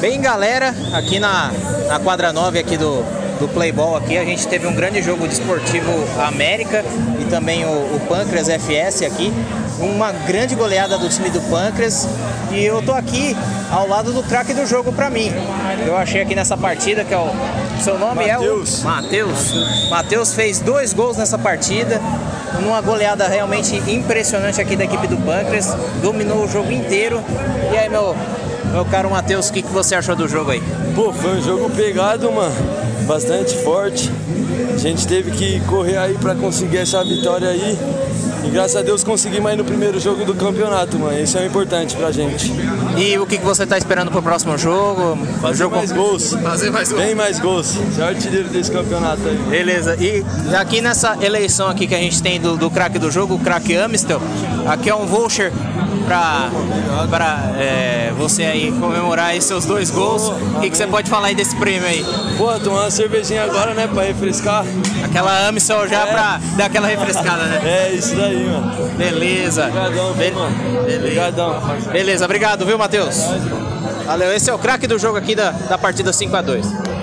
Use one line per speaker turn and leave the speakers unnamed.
Bem, galera, aqui na, na quadra 9 aqui do, do Playball aqui, a gente teve um grande jogo desportivo de América e também o, o Pâncreas FS aqui. Uma grande goleada do time do Pâncreas e eu tô aqui ao lado do craque do jogo para mim. Eu achei aqui nessa partida que é o seu nome
Mateus.
é o Matheus. Matheus fez dois gols nessa partida numa goleada realmente impressionante aqui da equipe do Pâncreas, dominou o jogo inteiro. E aí, meu, meu caro Matheus, o que, que você achou do jogo aí?
Pô, foi um jogo pegado, mano. Bastante forte. A gente teve que correr aí pra conseguir essa vitória aí. E graças a Deus conseguimos mais no primeiro jogo do campeonato, mano. Isso é o importante pra gente.
E o que, que você está esperando pro próximo jogo? O
Fazer
jogo
mais gols.
Fazer mais um.
Bem mais gols. Você é o artilheiro desse campeonato aí.
Beleza, e aqui nessa eleição aqui que a gente tem do, do craque do jogo, o craque Amistel, aqui é um voucher pra, pra é, você aí comemorar aí seus dois gols. O que, que você pode falar aí desse prêmio aí?
Pô, tomar uma cervejinha agora, né, pra refrescar.
Aquela Amistel já
É.
pra dar aquela refrescada, né?
É isso daí, mano.
Beleza.
Obrigadão,
Be-
viu, mano.
Beleza.
Obrigadão.
Beleza, obrigado, viu, Matheus? Valeu, esse é o craque do jogo aqui da, da partida 5x2.